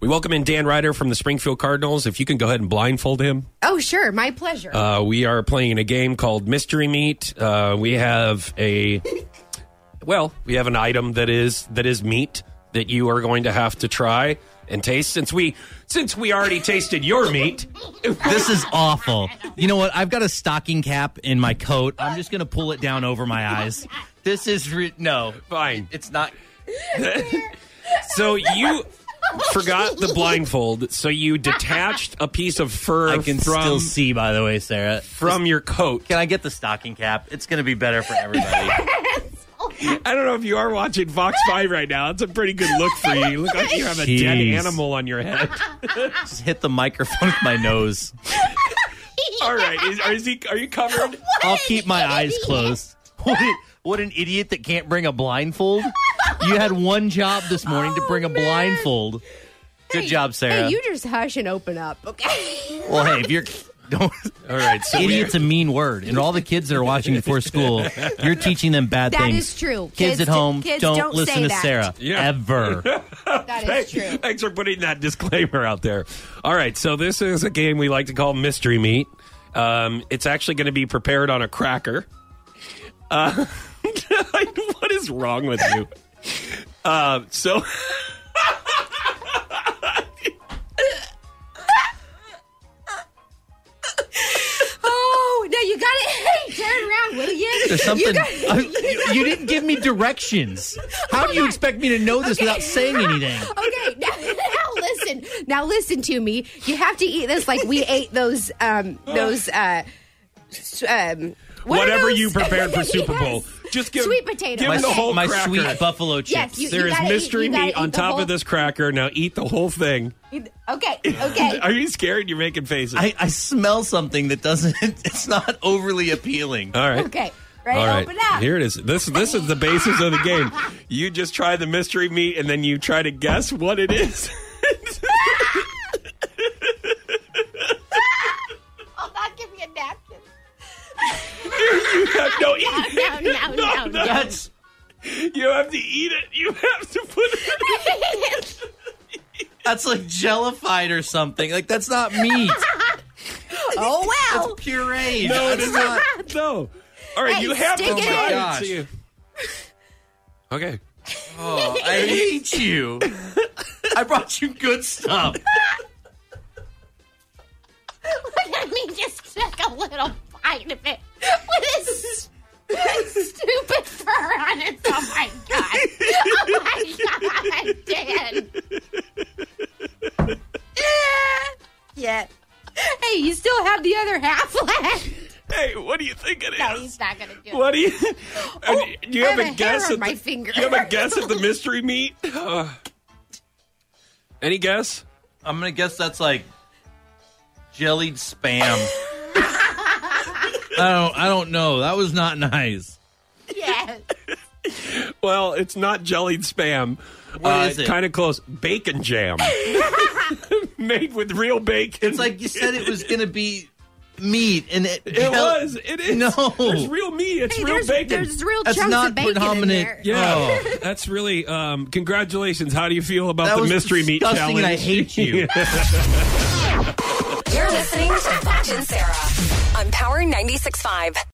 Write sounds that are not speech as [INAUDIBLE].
We welcome in Dan Ryder from the Springfield Cardinals. If you can go ahead and blindfold him. Oh, sure. My pleasure. Uh, we are playing a game called Mystery Meat. Uh, we have a well, we have an item that is that is meat that you are going to have to try and taste since we since we already tasted your meat. This is awful. You know what? I've got a stocking cap in my coat. I'm just going to pull it down over my eyes. This is re- no. Fine. It's not. So you forgot the blindfold, so you detached a piece of fur I can from still see by the way, Sarah. from your coat. Can I get the stocking cap? It's going to be better for everybody. I don't know if you are watching [LAUGHS] Fox 5 right now. It's a pretty good look for you. You look like you have a dead Jeez. animal on your [LAUGHS] head. just hit the microphone with my nose. All right. Is, are, is he, are you [LAUGHS] covered? I'll keep my eyes closed. What, an- what an idiot that can't bring a blindfold. You had one job this morning to bring a blindfold. Good job, Sarah. Oh, Hey, you just hush and open up, okay? [LAUGHS] well, hey, if you're don't All right. So we- idiot's a mean word, and all the kids that are watching before school, you're teaching them bad That things. is true. Kids, Kids at home, d- kids don't, don't listen say to that. Sarah Yeah. ever. That is Hey, true. Thanks for putting that disclaimer out there. All right, so this is a game we like to call Mystery Meat. Um, it's actually going to be prepared on a cracker. Uh, [LAUGHS] what is wrong with you? Uh, so. [LAUGHS] Oh, no, you got it. Hey, turn around, will you? There's something. You You, got- [LAUGHS] you, didn't give me directions. How do you expect me to know this without saying anything? okay, [LAUGHS] now, now listen. Now listen to me. You have to eat this like [LAUGHS] we ate those, um, those, uh, s- um, what are Whatever [LAUGHS] those? you prepared for Super Yes. Bowl, just give Sweet potatoes. Give My, him the Okay. whole my cracker. sweet buffalo chips. Yes, you- there is gotta eat- mystery you gotta meat on eat the top whole- of this cracker. Now eat the whole thing. Okay, okay. [LAUGHS] Are you scared? You're making faces. I, I smell something that doesn't. [LAUGHS] It's not overly appealing. All right. Okay. Ready? All right, Open up. here it is. This this is the basis of the game. You just try the mystery meat, and then you try to guess what it is. [LAUGHS] Hold on, give me a napkin. you have no eat. No, [LAUGHS] no, no, no. That's You have to eat it. You have to put it. [LAUGHS] that's like jellified or something. Like that's not meat. [LAUGHS] Oh, well. It's pureed. No, it That's is not. not. No. All right, Hey, you have to stick it Oh try in. it. See you. Okay. Oh, [LAUGHS] I hate you. I brought you good stuff. [LAUGHS] Let me just take a little bite of it with this [LAUGHS] stupid fur on it. Oh my god! Oh my god, Dan! [LAUGHS] Yeah. Hey, you still have the other half [LAUGHS] left. Hey, what do you think it is? No, he's not gonna do What do [LAUGHS] you? Oh, do you I have, have a a hair guess on at my the, finger. You have a [LAUGHS] guess at the mystery meat? [LAUGHS] Uh, any guess? I'm gonna guess that's like jellied spam. I don't. I don't know. That was not nice. it. Yes. Well, it's not jellied spam. What is it? Kind of close. Bacon [LAUGHS] jam. Made with real bacon. It's like you said it was gonna be meat, and it, It was. It is. No. There's real meat. It's Hey, real there's, bacon. there's real That's chunks not of bacon in predominant. there. yeah, Oh. that's really. Um, congratulations! How do you feel about That the was mystery meat disgusting, challenge? and I hate you. You're listening to Fox and Sarah on Power 96.5.